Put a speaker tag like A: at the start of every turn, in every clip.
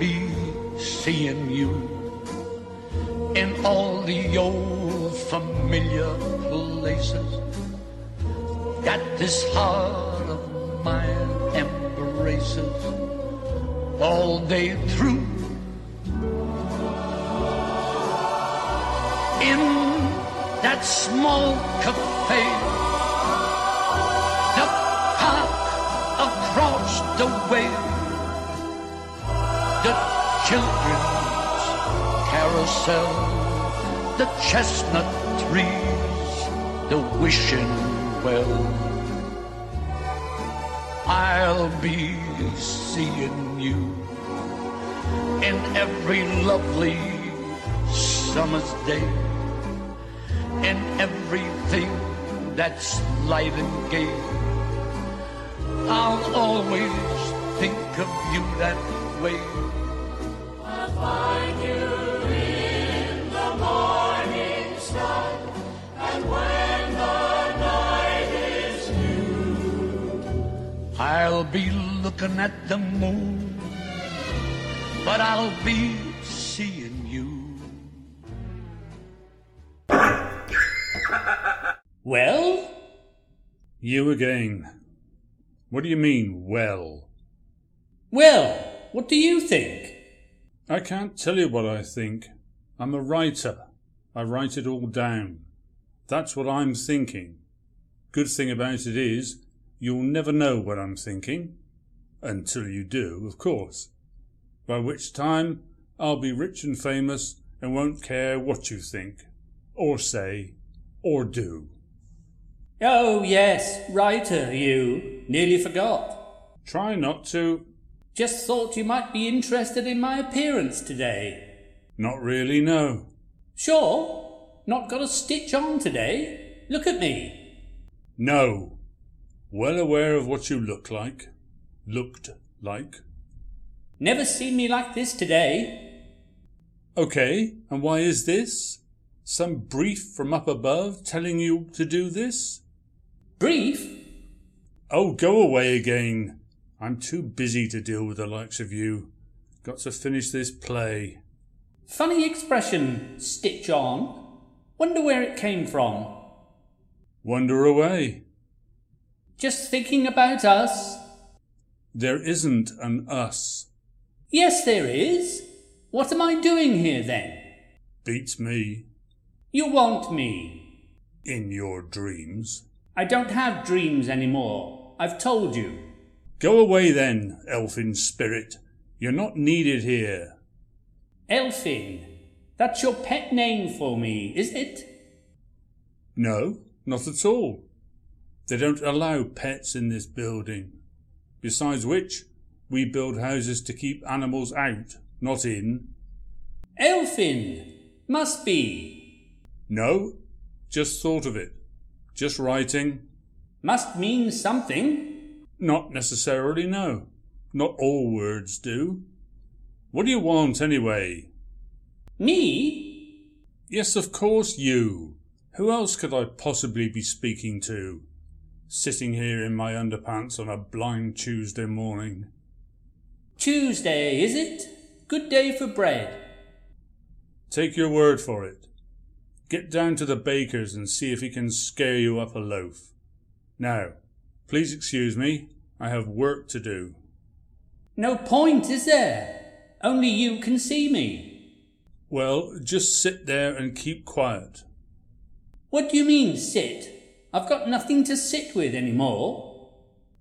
A: be seeing you in all the old familiar places that this heart of mine embraces all day through. In that small cafe, the park across the way, the children's carousel, the chestnut trees, the wishing well. I'll be seeing you in every lovely summer's day, in everything that's light and gay. I'll always think of you that way. I'll be looking at the moon, but I'll be seeing you.
B: Well?
C: You again. What do you mean, well?
B: Well, what do you think?
C: I can't tell you what I think. I'm a writer. I write it all down. That's what I'm thinking. Good thing about it is, you'll never know what I'm thinking. Until you do, of course. By which time, I'll be rich and famous and won't care what you think, or say, or do.
B: Oh, yes, writer, you. Nearly forgot.
C: Try not to.
B: Just thought you might be interested in my appearance today.
C: Not really, no.
B: Sure? Not got a stitch on today? Look at me.
C: No. Well aware of what you look like. Looked like.
B: Never seen me like this today.
C: Okay, and why is this? Some brief from up above telling you to do this?
B: Brief?
C: Oh, go away again. I'm too busy to deal with the likes of you. Got to finish this play.
B: Funny expression, stitch on. Wonder where it came from.
C: Wander away.
B: Just thinking about us.
C: There isn't an us.
B: Yes, there is. What am I doing here then?
C: Beats me
B: You want me.
C: in your dreams.
B: I don't have dreams anymore. I've told you.
C: Go away then, elfin spirit. You're not needed here.
B: Elfin. That's your pet name for me, is it?
C: No, not at all. They don't allow pets in this building. Besides which, we build houses to keep animals out, not in.
B: Elfin. Must be.
C: No, just thought of it. Just writing.
B: Must mean something.
C: Not necessarily, no. Not all words do. What do you want anyway?
B: Me?
C: Yes, of course, you. Who else could I possibly be speaking to? Sitting here in my underpants on a blind Tuesday morning.
B: Tuesday, is it? Good day for bread.
C: Take your word for it. Get down to the baker's and see if he can scare you up a loaf. Now, please excuse me. I have work to do.
B: No point, is there? Only you can see me.
C: Well, just sit there and keep quiet.
B: What do you mean, sit? I've got nothing to sit with anymore.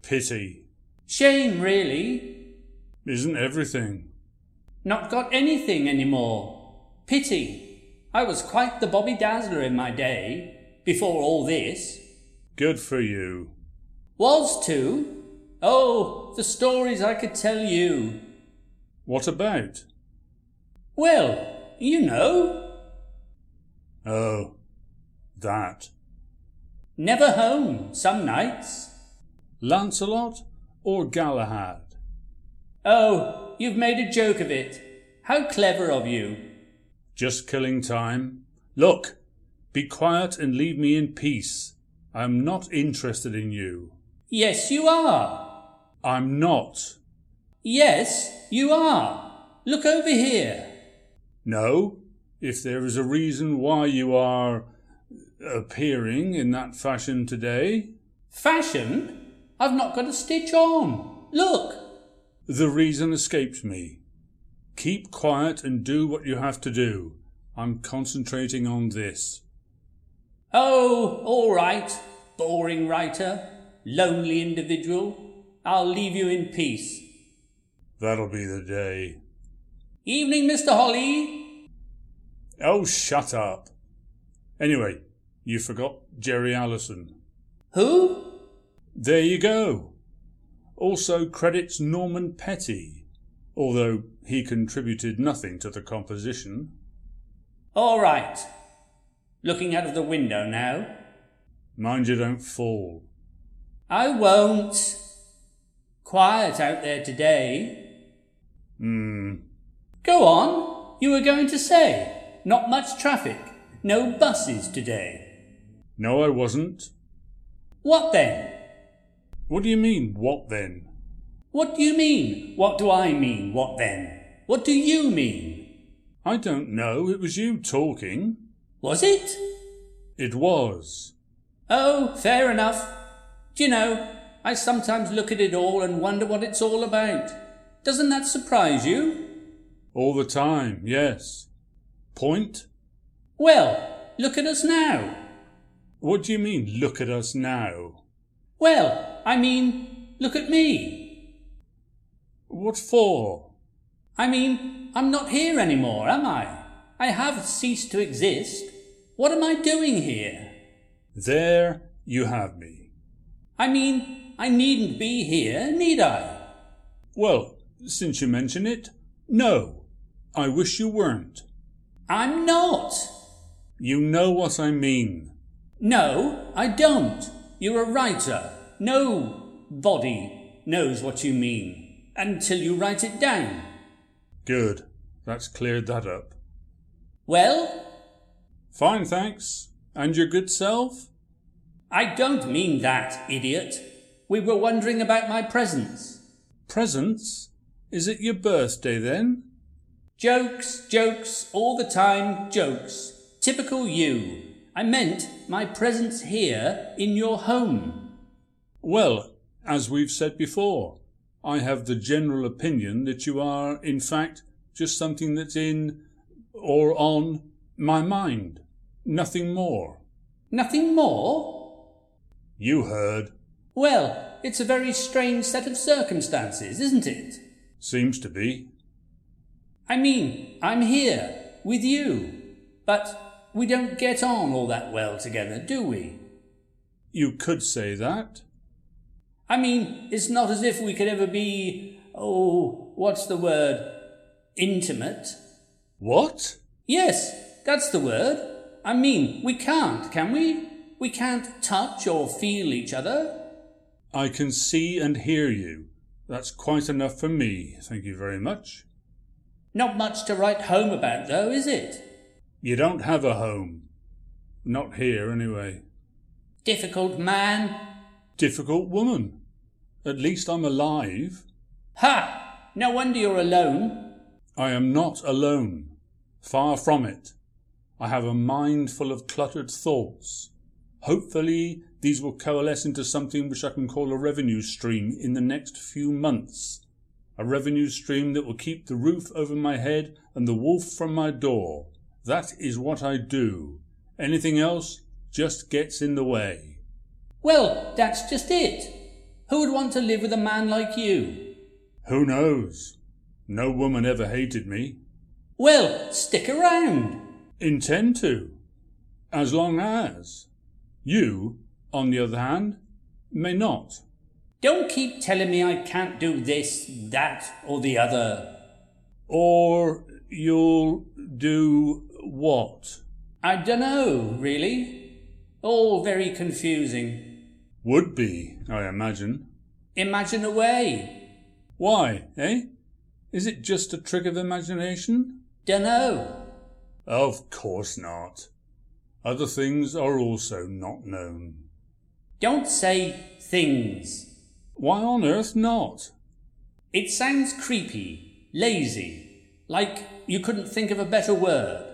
C: Pity.
B: Shame, really.
C: Isn't everything?
B: Not got anything anymore. Pity. I was quite the Bobby Dazzler in my day, before all this.
C: Good for you.
B: Was to. Oh, the stories I could tell you.
C: What about?
B: Well, you know,
C: Oh, that.
B: never home some nights.
C: Lancelot or Galahad?
B: Oh, you've made a joke of it. How clever of you.
C: Just killing time. Look, be quiet and leave me in peace. I'm not interested in you.
B: Yes, you are.
C: I'm not.
B: Yes, you are. Look over here.
C: No. If there is a reason why you are appearing in that fashion today,
B: Fashion? I've not got a stitch on. Look.
C: the reason escapes me. Keep quiet and do what you have to do. I'm concentrating on this.
B: Oh, all right, boring writer, lonely individual. I'll leave you in peace.
C: That'll be the day.
B: Evening, Mr. Holly.
C: Oh, shut up. Anyway, you forgot Jerry Allison.
B: Who?
C: There you go. Also credits Norman Petty, although he contributed nothing to the composition.
B: All right. Looking out of the window now.
C: Mind you don't fall.
B: I won't. Quiet out there today.
C: Hmm.
B: Go on. You were going to say. Not much traffic. No buses today.
C: No, I wasn't.
B: What then?
C: What do you mean, what then?
B: What do you mean? What do I mean? What then? What do you mean?
C: I don't know. It was you talking.
B: Was it?
C: It was.
B: Oh, fair enough. Do you know, I sometimes look at it all and wonder what it's all about. Doesn't that surprise you?
C: All the time, yes. Point?
B: Well, look at us now.
C: What do you mean, look at us now?
B: Well, I mean, look at me.
C: What for?
B: I mean, I'm not here anymore, am I? I have ceased to exist. What am I doing here?
C: There you have me.
B: I mean, I needn't be here, need I?
C: Well, since you mention it, no. I wish you weren't.
B: I'm not.
C: You know what I mean.
B: No, I don't. You're a writer. Nobody knows what you mean until you write it down.
C: Good. That's cleared that up.
B: Well,
C: Fine, thanks. And your good self?
B: I don't mean that, idiot. We were wondering about my presents.
C: Presents? Is it your birthday then?
B: Jokes, jokes, all the time, jokes. Typical you. I meant my presence here in your home.
C: Well, as we've said before, I have the general opinion that you are, in fact, just something that's in or on my mind. Nothing more.
B: Nothing more?
C: You heard.
B: Well, it's a very strange set of circumstances, isn't it?
C: Seems to be.
B: I mean, I'm here with you, but we don't get on all that well together, do we?
C: You could say that.
B: I mean, it's not as if we could ever be, oh, what's the word? Intimate?
C: What?
B: Yes, that's the word. I mean, we can't, can we? We can't touch or feel each other.
C: I can see and hear you. That's quite enough for me, thank you very much.
B: Not much to write home about, though, is it?
C: You don't have a home. Not here, anyway.
B: Difficult man.
C: Difficult woman. At least I'm alive.
B: Ha! No wonder you're alone.
C: I am not alone. Far from it. I have a mind full of cluttered thoughts. Hopefully, these will coalesce into something which I can call a revenue stream in the next few months. A revenue stream that will keep the roof over my head and the wolf from my door. That is what I do. Anything else just gets in the way.
B: Well, that's just it. Who would want to live with a man like you?
C: Who knows? No woman ever hated me.
B: Well, stick around.
C: intend to, as long as you, on the other hand, may not.
B: Don't keep telling me I can't do this, that, or the other.
C: Or you'll do what?
B: I dunno, really. All very confusing.
C: Would be, I imagine.
B: Imagine away.
C: Why, eh? Is it just a trick of imagination?
B: Dunno.
C: Of course not. Other things are also not known.
B: Don't say things.
C: Why on earth not?
B: It sounds creepy, lazy. Like you couldn't think of a better word.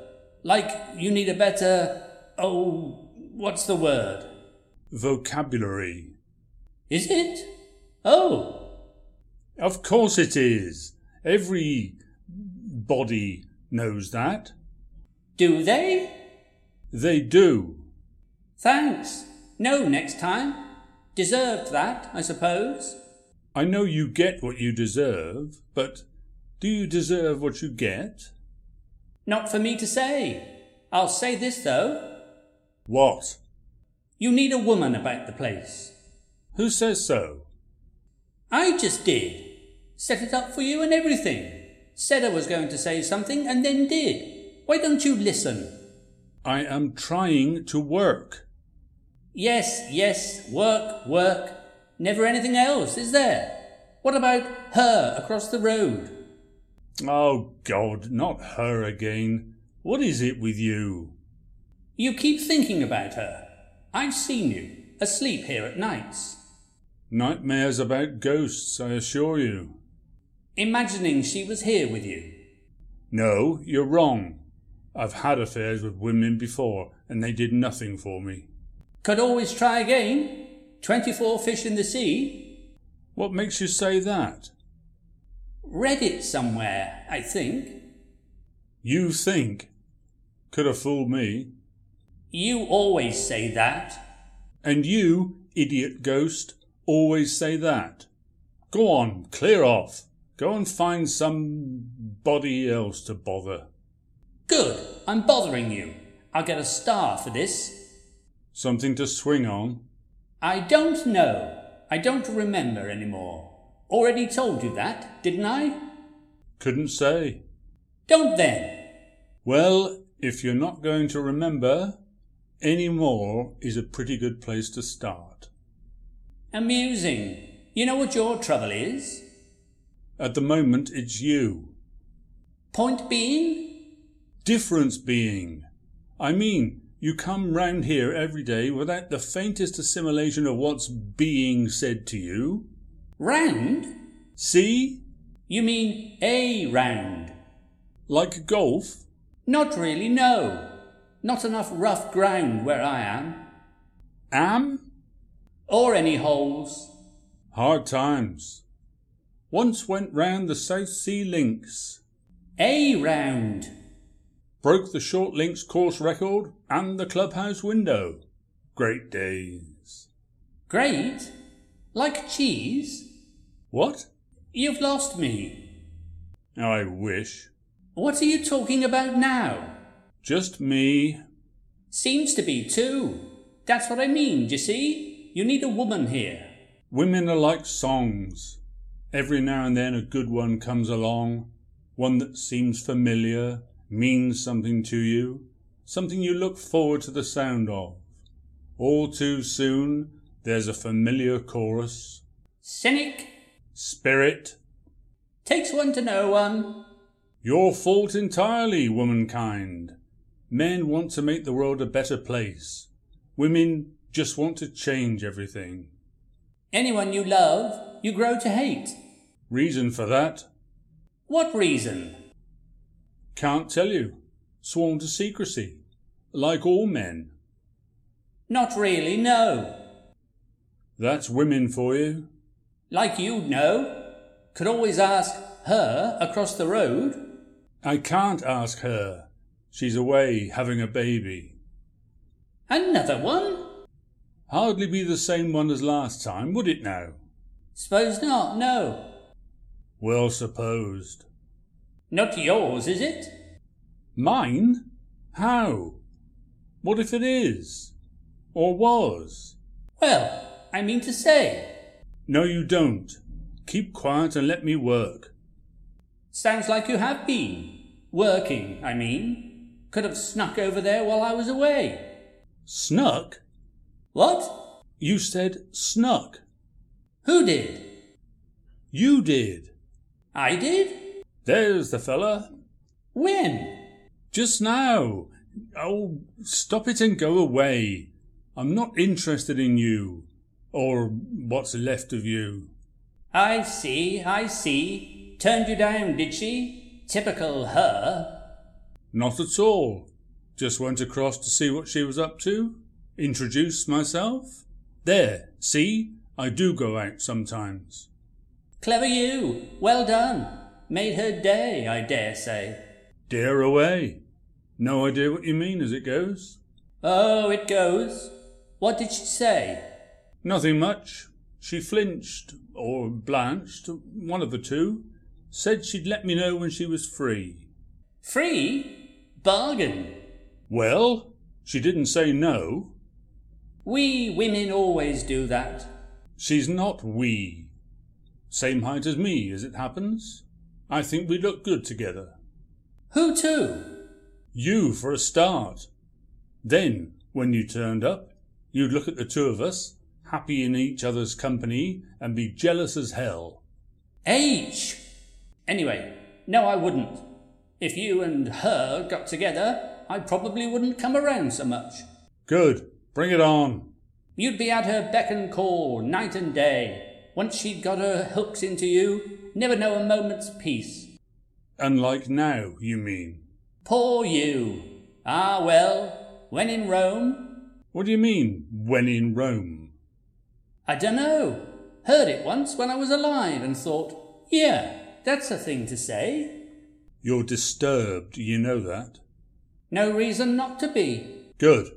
B: Like you need a better. Oh, what's the word?
C: Vocabulary.
B: Is it? Oh,
C: Of course it is. Every body knows that.
B: do they?
C: They do.
B: Thanks. No, next time. Deserved that, I suppose.
C: I know you get what you deserve, but do you deserve what you get?
B: Not for me to say. I'll say this though.
C: What?
B: You need a woman about the place.
C: Who says so?
B: I just did. Set it up for you and everything. Said I was going to say something and then did. Why don't you listen?
C: I am trying to work.
B: Yes, yes, work, work. Never anything else, is there? What about her across the road?
C: Oh, God, not her again. What is it with you?
B: You keep thinking about her. I've seen you, asleep here at nights,
C: Nightmares about ghosts, I assure you.
B: imagining she was here with you.
C: No, you're wrong. I've had affairs with women before, and they did nothing for me.
B: Could always try again. 24 fish in the sea.
C: What makes you say that?
B: Read it somewhere, I think.
C: You think. Could have fooled me.
B: You always say that.
C: And you, idiot ghost, always say that. Go on, clear off. Go and find somebody else to bother.
B: Good, I'm bothering you. I'll get a star for this.
C: Something to swing on.
B: I don't know. I don't remember anymore. Already told you that, didn't I?
C: Couldn't say.
B: Don't then.
C: Well, if you're not going to remember, any more is a pretty good place to start.
B: Amusing. You know what your trouble is?
C: At the moment, it's you.
B: Point being?
C: Difference being. I mean, you come round here every day without the faintest assimilation of what's being said to you.
B: Round?
C: See?
B: You mean a round.
C: Like golf?
B: Not really, no. Not enough rough ground where I am.
C: Am?
B: Or any holes.
C: Hard times. Once went round the South Sea Links.
B: A round.
C: Broke the short links course record and the clubhouse window. Great days.
B: Great. Like cheese.
C: What?
B: You've lost me.
C: I wish.
B: What are you talking about now?
C: Just me.
B: Seems to be too. That's what I mean, d'you see? You need a woman here.
C: Women are like songs. Every now and then a good one comes along, one that seems familiar, means something to you, something you look forward to the sound of. All too soon, there's a familiar chorus.
B: Cynic.
C: Spirit,
B: Takes one to know um, one.
C: your fault entirely, womankind. Men want to make the world a better place. Women just want to change everything.
B: Anyone you love, you grow to hate.
C: Reason for that?
B: What reason?
C: Can't tell you. Sworn to secrecy. Like all men.
B: Not really, no.
C: That's women for you.
B: Like you'd know. Could always ask her across the road.
C: I can't ask her. She's away having a baby.
B: Another one?
C: Hardly be the same one as last time, would it now?
B: Suppose not, no.
C: Well supposed.
B: Not yours, is it?
C: Mine? How? What if it is? Or was?
B: Well, I mean to say.
C: No, you don't. Keep quiet and let me work.
B: Sounds like you have been. Working, I mean. Could have snuck over there while I was away.
C: Snuck?
B: What?
C: You said snuck.
B: Who did?
C: You did.
B: I did?
C: There's the fella.
B: When?
C: Just now. Oh, stop it and go away. I'm not interested in you. Or what's left of you.
B: I see, I see. Turned you down, did she? Typical her.
C: Not at all. Just went across to see what she was up to. Introduced myself. There, see, I do go out sometimes.
B: Clever you. Well done. Made her day, I dare say.
C: Dare away. No idea what you mean as it goes.
B: Oh, it goes. What did she say?
C: Nothing much. She flinched, or blanched, one of the two. Said she'd let me know when she was free.
B: Free? Bargain.
C: Well, she didn't say no.
B: We women always do that.
C: She's not we. Same height as me, as it happens. I think we look good together.
B: Who to?
C: You for a start. Then, when you turned up, you'd look at the two of us, happy in each other's company, and be jealous as hell.
B: H. Anyway, no, I wouldn't. If you and her got together, I probably wouldn't come around so much.
C: Good. Bring it on.
B: You'd be at her beck and call night and day. Once she'd got her hooks into you, never know a moment's peace.
C: Unlike now, you mean.
B: Poor you. Ah, well, when in Rome?
C: What do you mean, when in Rome?
B: I dunno. Heard it once when I was alive and thought, yeah, that's a thing to say.
C: You're disturbed, you know that.
B: No reason not to be.
C: Good.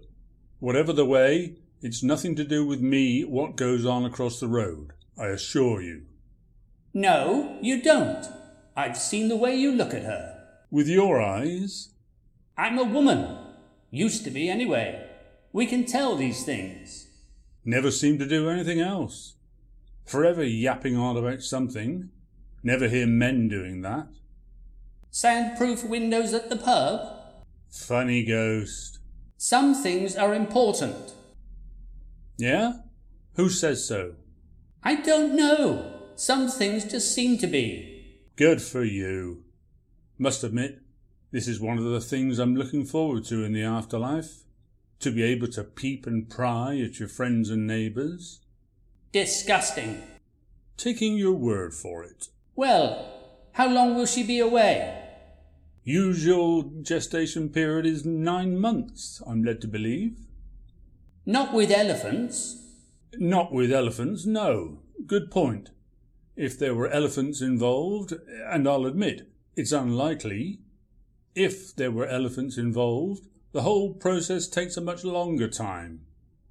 C: Whatever the way, it's nothing to do with me what goes on across the road, I assure you.
B: No, you don't. I've seen the way you look at her.
C: With your eyes,
B: I'm a woman. Used to be, anyway. We can tell these things.
C: never seem to do anything else. Forever yapping on about something. Never hear men doing that.
B: Soundproof windows at the pub?
C: Funny ghost.
B: Some things are important.
C: Yeah? Who says so?
B: I don't know. Some things just seem to be.
C: Good for you. Must admit, this is one of the things I'm looking forward to in the afterlife. To be able to peep and pry at your friends and neighbours.
B: Disgusting.
C: Taking your word for it.
B: Well, how long will she be away?
C: Usual gestation period is nine months, I'm led to believe.
B: Not with elephants.
C: Not with elephants, no. Good point. If there were elephants involved, and I'll admit it's unlikely, if there were elephants involved, the whole process takes a much longer time.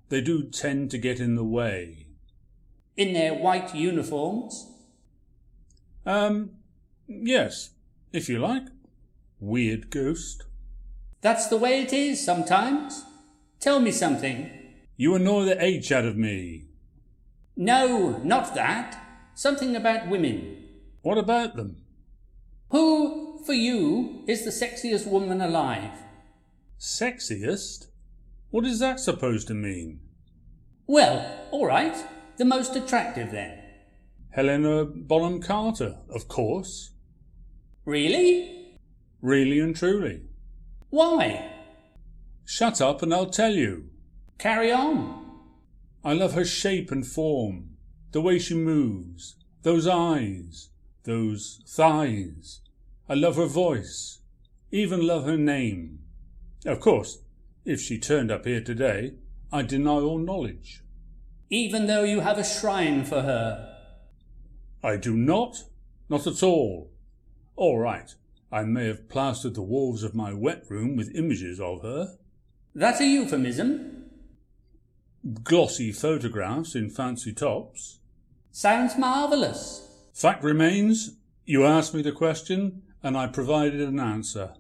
C: They do tend to get in the way.
B: In their white uniforms.
C: Um, yes, if you like. Weird ghost.
B: That's the way it is sometimes. Tell me something.
C: You annoy the H out of me.
B: No, not that. Something about women.
C: What about them?
B: Who, for you, is the sexiest woman alive?
C: Sexiest? What is that supposed to mean?
B: Well, all right. The most attractive then.
C: Helena Bonham Carter, of course.
B: Really?
C: Really and truly.
B: Why?
C: Shut up and I'll tell you.
B: Carry on.
C: I love her shape and form, the way she moves, those eyes, those thighs. I love her voice, even love her name. Of course, if she turned up here today, I deny all knowledge.
B: Even though you have a shrine for her.
C: I do not, not at all. All right, I may have plastered the walls of my wet room with images of her,
B: That a euphemism?
C: glossy photographs in fancy tops.
B: Sounds marvellous.
C: Fact remains, you asked me the question and I provided an answer.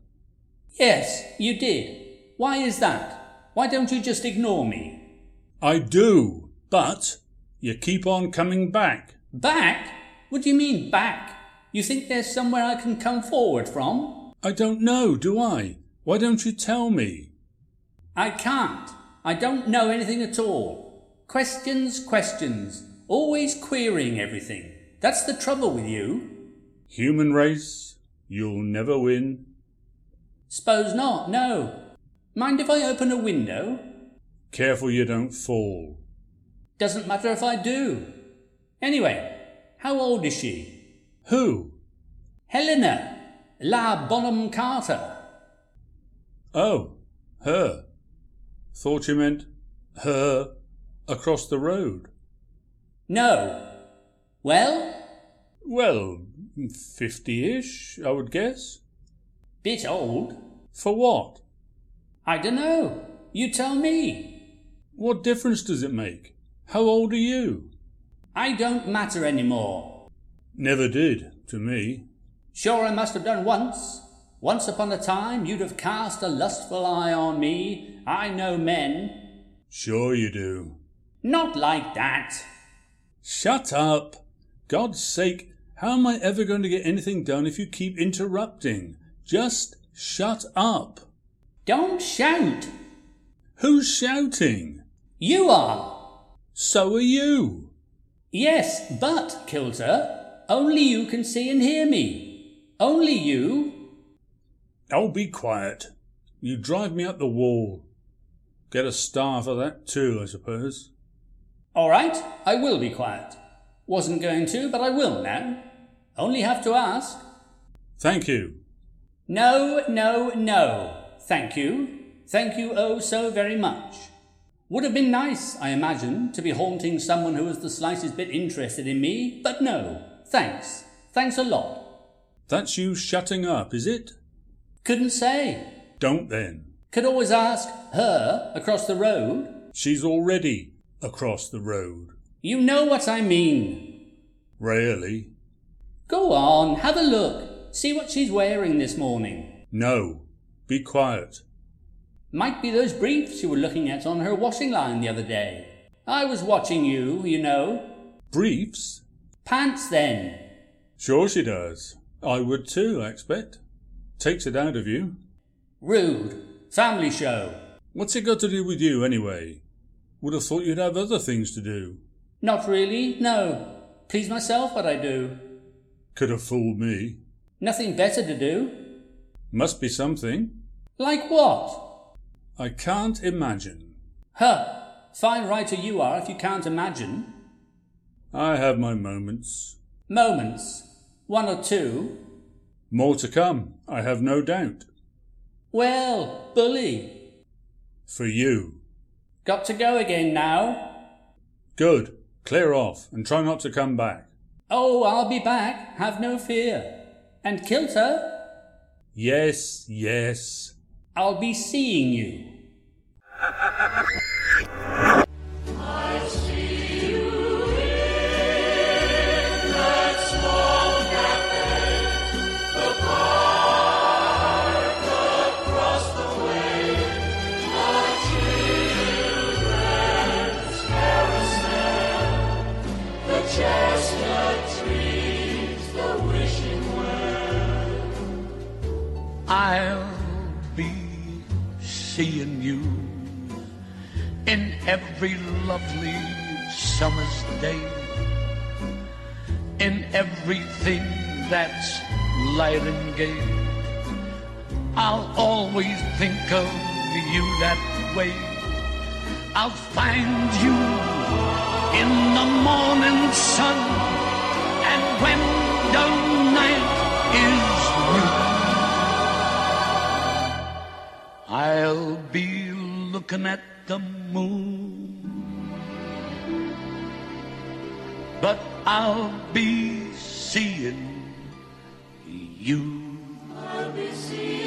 B: Yes, you did. Why is that? Why don't you just ignore me?
C: I do, but you keep on coming back.
B: Back? What do you mean back? You think there's somewhere I can come forward from?
C: I don't know, do I? Why don't you tell me?
B: I can't. I don't know anything at all. Questions, questions. Always querying everything. That's the trouble with you.
C: Human race, you'll never win.
B: Suppose not, no. Mind if I open a window?
C: Careful you don't fall.
B: Doesn't matter if I do. Anyway, how old is she?
C: Who?
B: Helena. La Bonham Carter.
C: Oh, her. Thought you meant her across the road.
B: No. Well,
C: Well, 50 ish, I would guess.
B: bit old.
C: For what?
B: I dunno. You tell me.
C: What difference does it make? How old are you?
B: I don't matter anymore.
C: Never did, to me.
B: Sure, I must have done once. Once upon a time, you'd have cast a lustful eye on me. I know men.
C: Sure you do.
B: Not like that.
C: Shut up! God's sake, how am I ever going to get anything done if you keep interrupting? Just shut up!
B: Don't shout.
C: Who's shouting?
B: You are.
C: So are you!
B: Yes, but, Kilter, only you can see and hear me. Only you.
C: Oh, be quiet. You drive me up the wall. Get a star for that too, I suppose.
B: All right, I will be quiet. Wasn't going to, but I will now. Only have to ask.
C: Thank you.
B: No, no, no. Thank you. Thank you oh so very much. Would have been nice, I imagine, to be haunting someone who was the slightest bit interested in me, but no. Thanks. Thanks a lot.
C: That's you shutting up, is it?
B: Couldn't say.
C: Don't then.
B: Could always ask her across the road.
C: She's already across the road.
B: You know what I mean.
C: Really?
B: Go on, have a look. See what she's wearing this morning.
C: No. Be quiet.
B: Might be those briefs you were looking at on her washing line the other day. I was watching you, you know.
C: Briefs?
B: Pants then.
C: Sure she does. I would too, I expect. Takes it out of you.
B: Rude. Family show.
C: What's it got to do with you, anyway? Would have thought you'd have other things to do.
B: Not really, no. Please myself what I do.
C: Could have fooled me.
B: Nothing better to do.
C: Must be something.
B: Like what?
C: I can't imagine.
B: Huh. Fine writer you are if you can't imagine.
C: I have my moments.
B: Moments. One or two.
C: More to come, I have no doubt.
B: Well, bully.
C: For you.
B: Got to go again now.
C: Good. Clear off and try not to come back.
B: Oh, I'll be back. Have no fear. And Kilter,
C: Yes, yes.
B: I'll be seeing you.
D: Chestnut trees, the wishing well.
A: I'll be seeing you in every lovely summer's day, in everything that's light and gay. I'll always think of you that way. I'll find you in the morning sun, and when the night is new. I'll be looking at the moon. But I'll be seeing you.
D: I'll be seeing